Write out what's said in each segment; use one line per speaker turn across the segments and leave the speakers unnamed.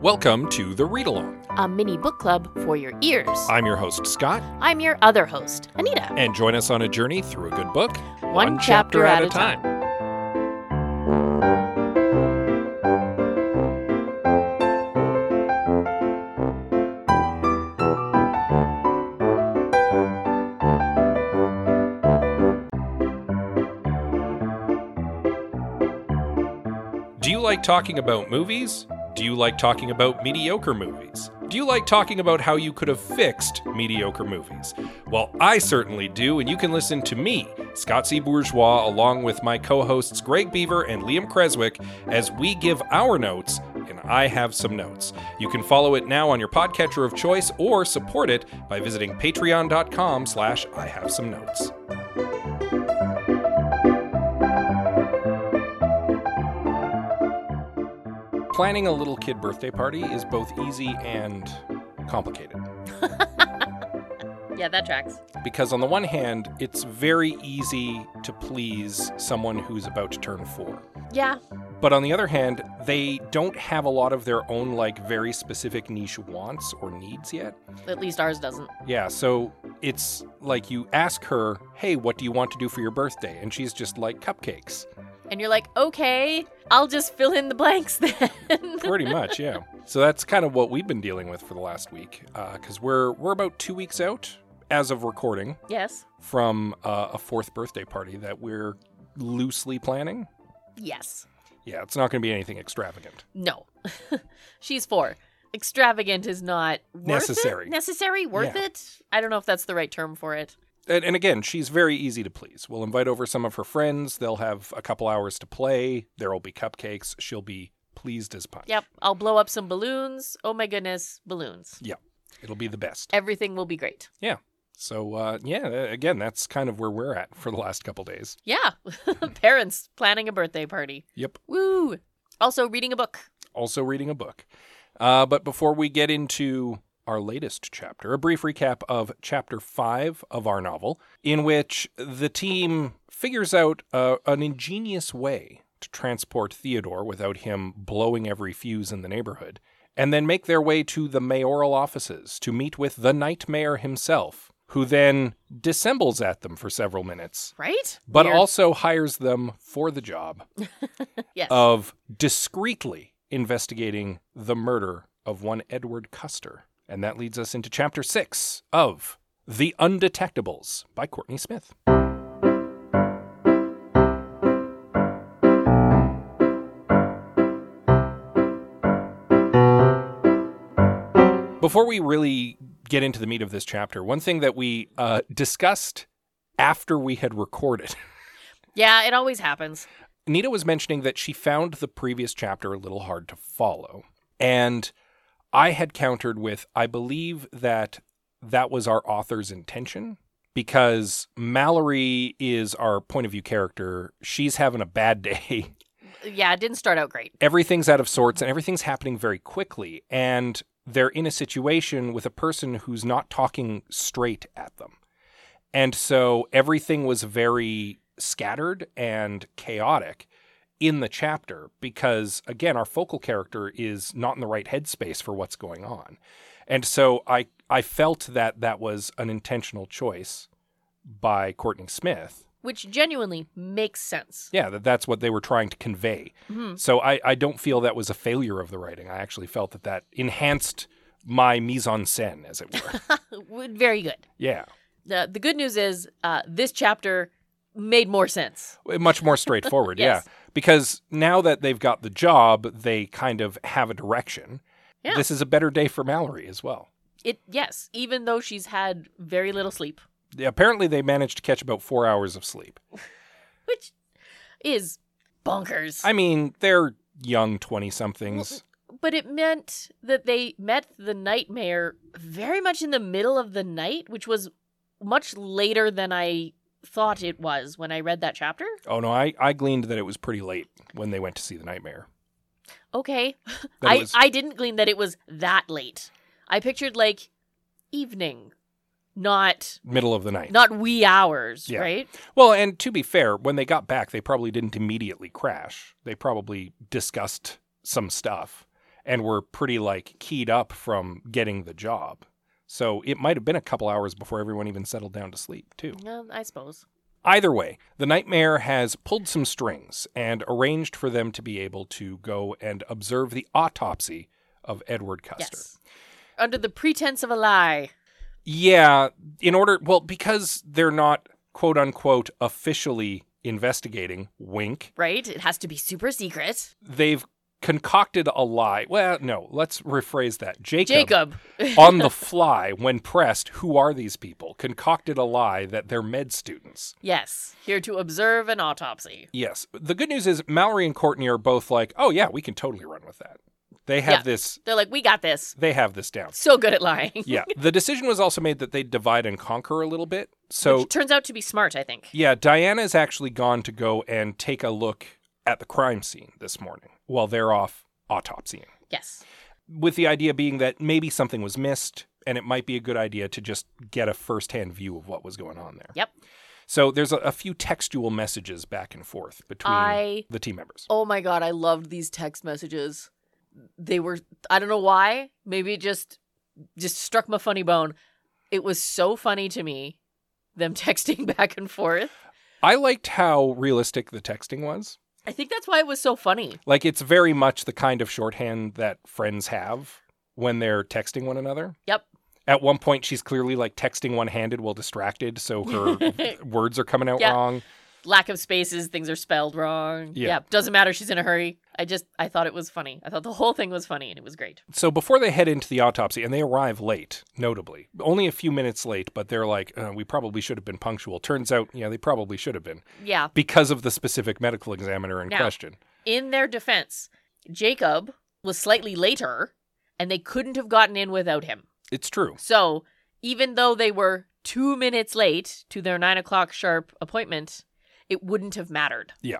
Welcome to the Read Along.
a mini book club for your ears.
I'm your host, Scott,
I'm your other host, Anita.
and join us on a journey through a good book, one,
chapter at a time.
Do you like talking about movies? Do you like talking about mediocre movies? Do you like talking about how you could have fixed mediocre movies? Well, I certainly do, and you can listen to me, Scott C. Bourgeois, along with my co hosts Greg Beaver and Liam Creswick, as we give our notes, and I have some notes. You can follow it now on your podcatcher of choice or support it by visiting patreon.com slash I have some notes. Planning a little kid birthday party is both easy and complicated.
Yeah, that tracks.
Because, on the one hand, it's very easy to please someone who's about to turn four.
Yeah,
But on the other hand, they don't have a lot of their own, like, very specific niche wants or needs yet.
at least ours doesn't.
Yeah, so it's like you ask her, hey, what do you want to do for your birthday? And she's just like, cupcakes.
And you're like, okay, I'll just fill in the blanks then.
Pretty much, yeah. So that's kind of what we've been dealing with for the last week, because we're we're about two weeks out as of recording
yes.
from uh, a fourth birthday party that we're loosely planning.
Yes.
Yeah, it's not going to be anything extravagant.
No. She's four. Extravagant is not worth
Necessary.
It? Necessary, worth
Yeah.
it. I don't know if that's the right term for it.
And, and again, she's very easy to please. We'll invite over some of her friends. They'll have a couple hours to play. There'll be cupcakes. She'll be pleased as punch.
Yep. I'll blow up some balloons. Oh my goodness, balloons.
Yeah, it'll be the best.
Everything will be great.
So uh, yeah, again, that's kind of where we're at for the last couple days.
Yeah. Parents planning a birthday party.
Yep.
Woo. Also reading a book.
also reading a book. Uh, but before we get into our latest chapter, a brief recap of chapter five of our novel, in which the team figures out uh, an ingenious way to transport Theodore without him blowing every fuse in the neighborhood, and then make their way to the mayoral offices to meet with the nightmare himself, who then dissembles at them for several minutes,
Right?
but
Weird.
also hires them for the job
Yes.
of discreetly investigating the murder of one Edward Custer. And that leads us into chapter six of The Undetectables by Courtney Smith. Before we really get into the meat of this chapter, one thing that we uh, discussed after we had recorded
Yeah, it always happens.
Nita was mentioning that she found the previous chapter a little hard to follow. And I had countered with I believe that that was our author's intention because Mallory is our point of view character. She's having a bad day.
Yeah, it didn't start out great.
everything's out of sorts and everything's happening very quickly. And they're in a situation with a person who's not talking straight at them. And so everything was very scattered and chaotic in the chapter because, again, our focal character is not in the right headspace for what's going on. And so I, I felt that that was an intentional choice by Courtney Smith
Which genuinely makes sense.
yeah that that's what they were trying to convey
Mhm.
so I, I don't feel that was a failure of the writing i actually felt that that enhanced my mise-en-scene as it were
W- Very good.
yeah
The, the good news is uh, this chapter made more sense.
much more straightforward
Yes.
yeah because now that they've got the job they kind of have a direction
Yeah.
this is a better day for mallory as well
It yes, even though she's had very little sleep,
apparently they managed to catch about four hours of sleep
which is bonkers.
i mean they're young 20-somethings
but it meant that they met the nightmare very much in the middle of the night, which was much later than I thought it was when I read that chapter.
oh no I, I gleaned that it was pretty late when they went to see the nightmare
Okay.
That it
I,
was-
I didn't glean that it was that late. I pictured like evening, not
middle of the night
not wee hours,
Yeah.
right?
Well, and to be fair, when they got back, they probably didn't immediately crash. They probably discussed some stuff and were pretty like keyed up from getting the job. So it might have been a couple hours before everyone even settled down to sleep, too.
Yeah, I suppose.
Either way, the nightmare has pulled some strings and arranged for them to be able to go and observe the autopsy of Edward Custer.
Yes. Under the pretense of a lie.
Yeah, in order, well, because they're not quote unquote officially investigating, wink,
Right? It has to be super secret.
they've concocted a lie. Well, no, let's rephrase that.
Jacob.
on the fly, when pressed, who are these people? Concocted a lie that they're med students.
yes. Here to observe an autopsy.
Yes. The good news is Mallory and Courtney are both like, oh yeah, we can totally run with that. They have
Yeah.
this.
They're like, we got this.
They have this down.
So good at lying.
Yeah. the decision was also made that they divide and conquer a little bit. So
Which turns out to be smart, I think.
yeah, Diana is actually gone to go and take a look at the crime scene this morning while they're off autopsying.
Yes.
with the idea being that maybe something was missed and it might be a good idea to just get a firsthand view of what was going on there.
Yep.
So there's a, a few textual messages back and forth between
I-
the team members.
Oh my god, I loved these text messages. They were I don't know why, maybe it just just struck my funny bone. It was so funny to me them texting back and forth.
I liked how realistic the texting was.
I think that's why it was so funny.
Like it's very much the kind of shorthand that friends have when they're texting one another.
Yep.
At one point, she's clearly like texting one handed while distracted, so her words are coming out
Yeah.
wrong.
Lack of spaces, things are spelled wrong.
Yeah.
Yep. Doesn't matter, she's in a hurry. I just I thought it was funny. I thought the whole thing was funny and it was great.
So before they head into the autopsy, and they arrive late, notably, only a few minutes late, but they're like, uh, we probably should have been punctual. Turns out, yeah, they probably should have been
Yeah.
because of the specific medical examiner in
Now-
question.
In their defense, Jacob was slightly later and they couldn't have gotten in without him.
It's true.
So even though they were two minutes late to their nine o'clock sharp appointment, it wouldn't have mattered.
Yeah.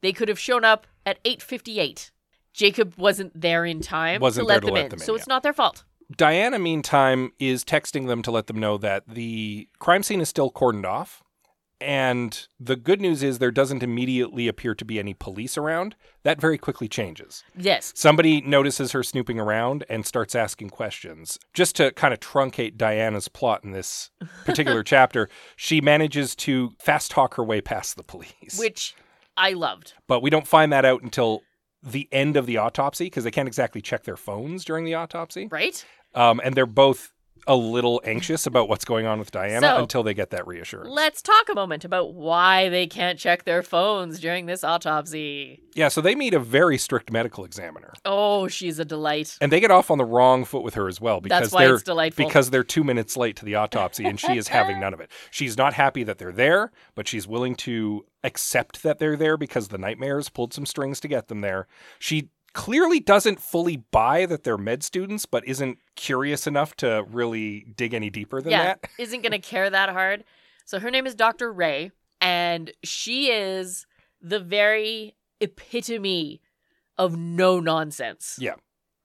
They could have shown up at eight fifty eight. Jacob wasn't there in time
Wasn't
to let,
there to
them,
let
in,
them in,
so it's
yeah.
not their fault.
Diana, meantime, is texting them to let them know that the crime scene is still cordoned off. And the good news is there doesn't immediately appear to be any police around. That very quickly changes.
Yes,
Somebody notices her snooping around and starts asking questions. Just to kind of truncate Diana's plot in this particular chapter, she manages to fast talk her way past the police.
which I loved.
but we don't find that out until the end of the autopsy because they can't exactly check their phones during the autopsy.
Right?
Um, and they're both a little anxious about what's going on with Diana
So-
until they get that reassurance.
Let's talk a moment about why they can't check their phones during this autopsy.
yeah, so they meet a very strict medical examiner.
Oh, she's a delight.
And they get off on the wrong foot with her as well because
That's why
they're
it's delightful.
because they're two minutes late to the autopsy and she is having none of it. She's not happy that they're there, but she's willing to accept that they're there because the nightmares pulled some strings to get them there. She clearly doesn't fully buy that they're med students, but isn't curious enough to really dig any deeper than
yeah,
that.
isn't going to care that hard. So her name is Dr. Ray, and she is the very epitome of no nonsense.
Yeah.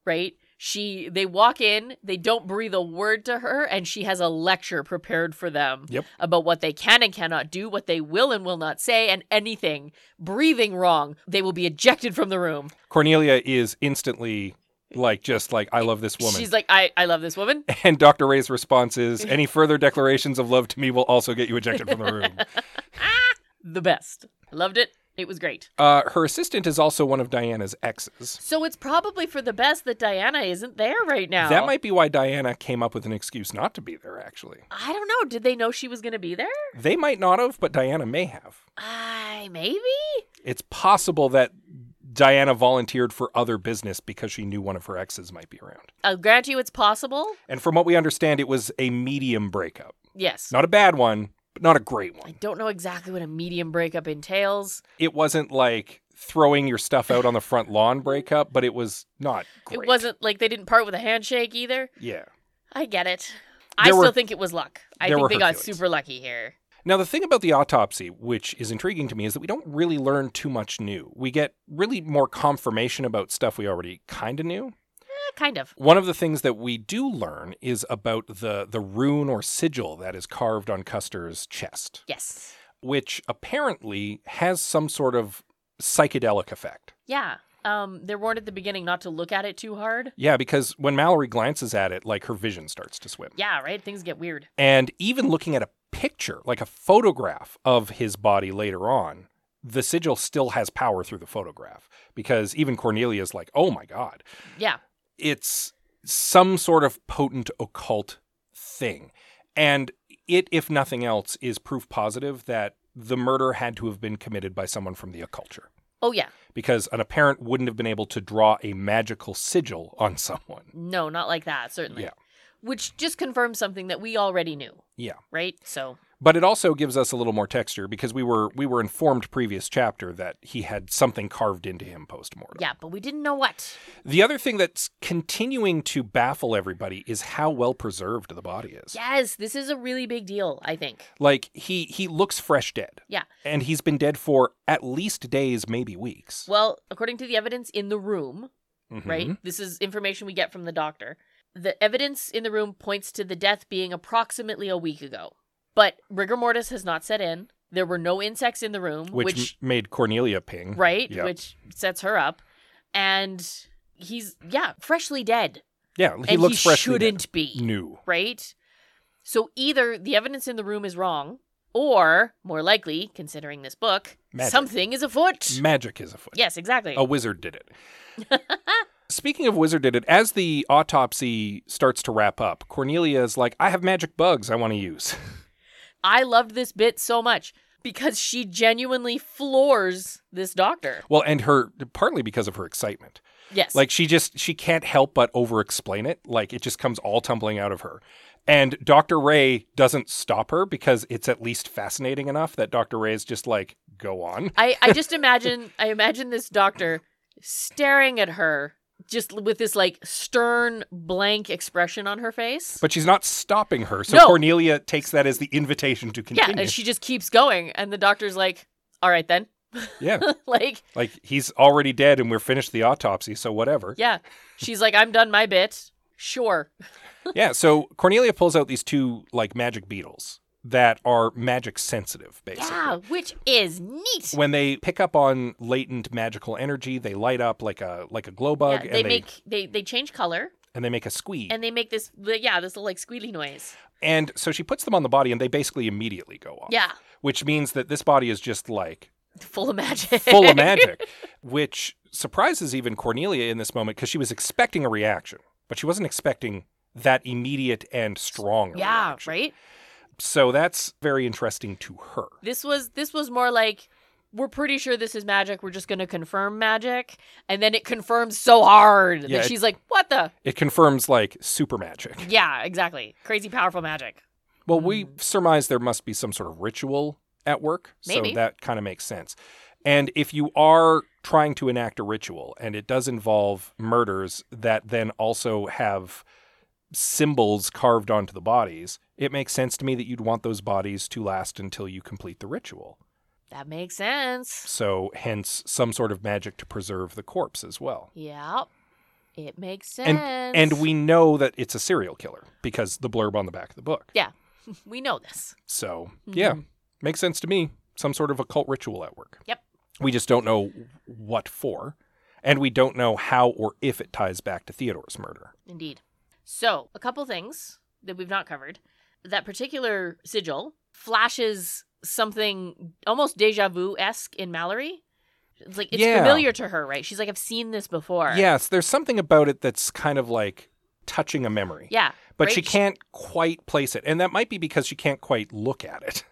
Right? She they walk in, they don't breathe a word to her, and she has a lecture prepared for them
Yep.
about what they can and cannot do, what they will and will not say, and anything breathing wrong, they will be ejected from the room.
Cornelia is instantly like just like I love this woman.
She's like, I, I love this woman.
and Dr. Ray's response is any further declarations of love to me will also get you ejected from the room.
The best. Loved it. It was great.
Uh, her assistant is also one of Diana's exes.
So it's probably for the best that Diana isn't there right now.
That might be why Diana came up with an excuse not to be there, actually.
I don't know. Did they know she was going to be there?
They might not have, but Diana may have.
I maybe.
It's possible that Diana volunteered for other business because she knew one of her exes might be around.
I'll grant you it's possible.
And from what we understand, it was a medium breakup.
Yes.
Not a bad one, but not a great
I
one.
don't know exactly what a medium breakup entails.
It wasn't like throwing your stuff out on the front lawn breakup, but it was not great.
It wasn't like they didn't part with a handshake either.
Yeah.
I get it. I
There were-
still think it was luck. I
there were
think they
her
got
feelings.
super lucky here.
Now, the thing about the autopsy, which is intriguing to me, is that we don't really learn too much new. We get really more confirmation about stuff we already kind of knew.
Eh, kind of.
One of the things that we do learn is about the, the rune or sigil that is carved on Custer's chest,
Yes.
which apparently has some sort of psychedelic effect.
Yeah. um, they're warned at the beginning not to look at it too hard.
Yeah, because when Mallory glances at it, like her vision starts to swim.
Yeah, right? Things get weird.
And even looking at a picture, like a photograph of his body later on, the sigil still has power through the photograph because even Cornelia's like, oh my God.
Yeah.
It's some sort of potent occult thing. And it, if nothing else, is proof positive that the murder had to have been committed by someone from the occulture
Oh, yeah.
because an apparent wouldn't have been able to draw a magical sigil on someone.
No, not like that, certainly.
Yeah.
Which just confirms something that we already knew,
Yeah.
right? So,
But it also gives us a little more texture because we were we were informed previous chapter that he had something carved into him postmortem.
yeah, but we didn't know what.
The other thing that's continuing to baffle everybody is how well preserved the body is.
Yes, this is a really big deal, I think.
Like he he looks fresh dead.
Yeah.
And he's been dead for at least days, maybe weeks.
Well, according to the evidence in the room,
Mhm.
right? This is information we get from the doctor. The evidence in the room points to the death being approximately a week ago, but rigor mortis has not set in. There were no insects in the room,
Which,
which,
m- made Cornelia ping.
right,
Yeah.
which sets her up, and he's yeah, freshly dead,
yeah, he
and
looks
he
fresh.
shouldn't be,
new.
right? So either the evidence in the room is wrong, or more likely, considering this book,
Magic. oh.
something is afoot.
Magic is afoot.
yes, exactly.
A wizard did it. Speaking of wizard did it, as the autopsy starts to wrap up, Cornelia is like, I have magic bugs I want to use.
I loved this bit so much because she genuinely floors this doctor.
well, and her partly because of her excitement.
Yes.
Like she just she can't help but over explain it. Like it just comes all tumbling out of her. And Dr. Ray doesn't stop her because it's at least fascinating enough that Dr. Ray is just like, go on.
I, I just imagine I imagine this doctor staring at her just with this like stern blank expression on her face.
But she's not stopping her. So
No.
Cornelia takes that as the invitation to
yeah,
continue.
and she just keeps going and the doctor's like, "All right then."
yeah.
like,
Like he's already dead and we're finished the autopsy, so whatever.
yeah. She's like, "I'm done my bit." Sure.
Yeah, so Cornelia pulls out these two like magic beetles that are magic sensitive, basically.
Yeah, which is neat.
When they pick up on latent magical energy, they light up like a like a glow
Yeah,
bug
they,
and they
make they they change color
and they make a squeak. And,
and they make this yeah, this little like squealy noise.
so she puts them on the body and they basically immediately go off.
Yeah.
Which means that this body is just like
Full of magic.
full of magic, which surprises even Cornelia in this moment because she was expecting a reaction, but she wasn't expecting that immediate and strong
Yeah,
reaction.
right?
So that's very interesting to her.
This was this was more like we're pretty sure this is magic. We're just going to confirm magic. And then it confirms so hard
Yeah,
that
it-
she's like, "What the?"
It confirms like super magic.
Yeah, exactly. Crazy powerful magic.
Well, we surmise there must be some sort of ritual at work,
Maybe.
so that kind of makes sense. And if you are trying to enact a ritual and it does involve murders that then also have symbols carved onto the bodies, it makes sense to me that you'd want those bodies to last until you complete the ritual.
That makes sense.
So, hence some sort of magic to preserve the corpse as well.
Yep. It makes sense.
And and we know that it's a serial killer because the blurb on the back of the book.
we know this.
So, yeah,
Mm-hmm.
makes sense to me. Some sort of occult ritual at work.
Yep.
We just don't know what for, and we don't know how or if it ties back to Theodore's murder.
Indeed. So, a couple things that we've not covered. That particular sigil flashes something almost deja vu esque in Mallory. It's like it's
Yeah.
familiar to her, right? She's like, I've seen this before.
Yes, there's something about it that's kind of like touching a memory.
Yeah.
But
right?
she can't quite place it, and that might be because she can't quite look at it.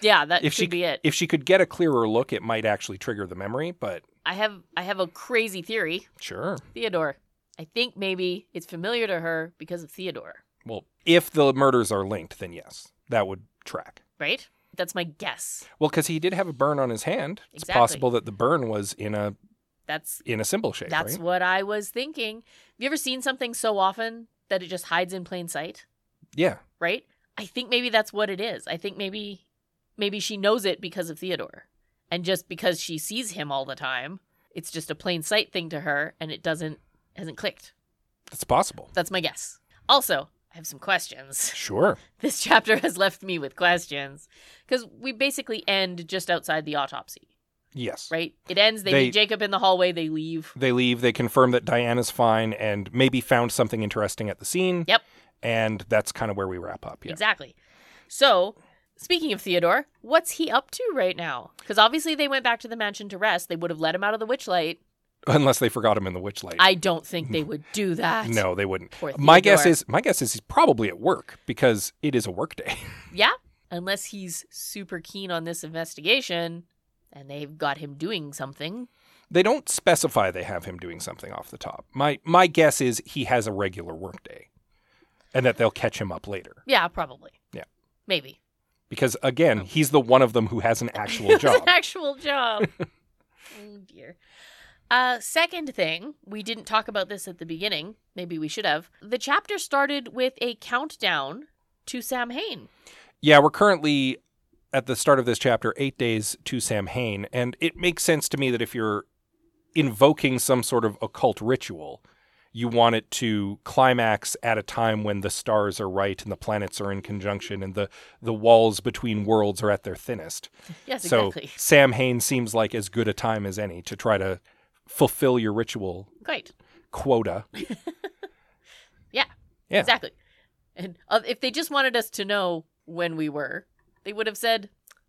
Yeah, that
If
should
she
be it.
if she could get a clearer look, it might actually trigger the memory. But
I have I have a crazy theory.
sure,
Theodore. I think maybe it's familiar to her because of Theodore,
well, if the murders are linked, then yes, that would track.
right? That's my guess.
Well, because he did have a burn on his hand, it's
Exactly.
possible that the burn was in a
That's
in a symbol shape.
that's
right?
what I was thinking. Have you ever seen something so often that it just hides in plain sight?
yeah,
right? I think maybe that's what it is. I think maybe maybe she knows it because of Theodore. And just because she sees him all the time, it's just a plain sight thing to her and it doesn't hasn't clicked.
that's possible.
That's my guess. Also, I have some questions.
Sure.
This chapter has left me with questions cuz we basically end just outside the autopsy.
Yes.
right? It ends. They,
They-
meet Jacob in the hallway. They leave.
They leave. They confirm that Diana's fine and maybe found something interesting at the scene.
Yep.
And that's kind of where we wrap up. Yeah.
Exactly. So, speaking of Theodore, what's he up to right now? Because obviously they went back to the mansion to rest. They would have let him out of the witchlight.
Unless they forgot him in the witch light.
I don't think they would do that.
no, they wouldn't.
Poor
My guess
Theodore.
is my guess is he's probably at work because it is a work day.
Yeah. Unless he's super keen on this investigation and they've got him doing something.
they don't specify they have him doing something off the top. My my guess is he has a regular work day and that they'll catch him up later
Yeah, probably.
Yeah.
Maybe.
because again,
Oh.
he's the one of them who has an actual
It was
job.
an actual job. oh dear. Uh, second thing, we didn't talk about this at the beginning. Maybe we should have. The chapter started with a countdown to Samhain.
Yeah, we're currently at the start of this chapter, eight days to Samhain, and it makes sense to me that if you're invoking some sort of occult ritual, you want it to climax at a time when the stars are right and the planets are in conjunction and the, the walls between worlds are at their thinnest.
Yes,
so
exactly.
Samhain seems like as good a time as any to try to fulfill your ritual
Great.
quota. Yeah.
Exactly. And uh, if they just wanted us to know when we were, they would have said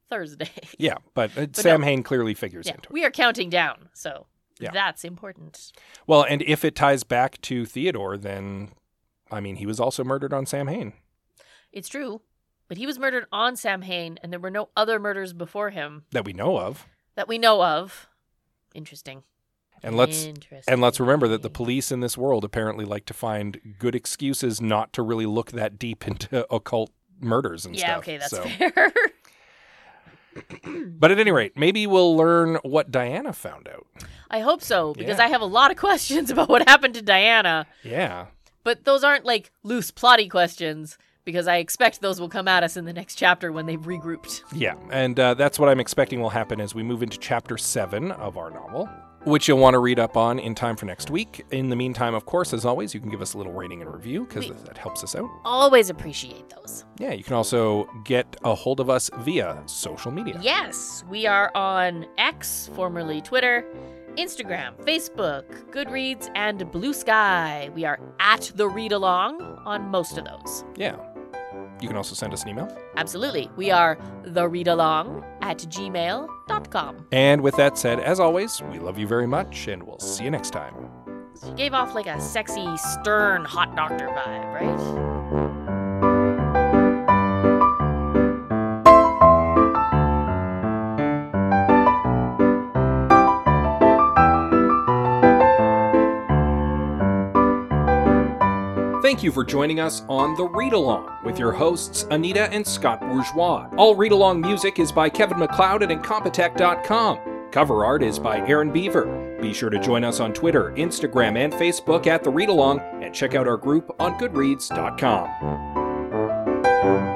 Thursday.
Yeah, but, uh,
no.
Samhain clearly figures
yeah,
into it.
we are counting down, so
Yeah.
that's important.
Well, and if it ties back to Theodore, then I mean, he was also murdered on Samhain.
It's true, but he was murdered on Samhain, and there were no other murders before him
that we know of.
that we know of. Interesting.
And let's
Interesting.
and let's remember that the police in this world apparently like to find good excuses not to really look that deep into occult murders and stuff.
Yeah, okay, that's
so.
fair.
But at any rate, maybe we'll learn what Diana found out.
I hope so because
Yeah.
I have a lot of questions about what happened to Diana,
Yeah.
but those aren't like loose plotty questions because I expect those will come at us in the next chapter when they've regrouped.
Yeah, and uh, that's what I'm expecting will happen as we move into chapter seven of our novel, which you'll want to read up on in time for next week. In the meantime, of course, as always, you can give us a little rating and review because
We-
that helps us out.
Always appreciate those.
Yeah, you can also get a hold of us via social media.
Yes, we are on X, formerly Twitter, Instagram, Facebook, Goodreads, and Blue Sky. We are at the read along on most of those.
Yeah. You can also send us an email.
Absolutely. We are the readalong at gmail.com.
And with that said, as always, we love you very much and we'll see you next time.
She gave off like a sexy, stern, hot doctor vibe, right?
Thank you for joining us on The Read Along with your hosts, Anita and Scott Bourgeois. All read along music is by Kevin McLeod at Incompetech.com. Cover art is by Aaron Beaver. Be sure to join us on Twitter, Instagram, and Facebook at The Read Along and check out our group on Goodreads.com.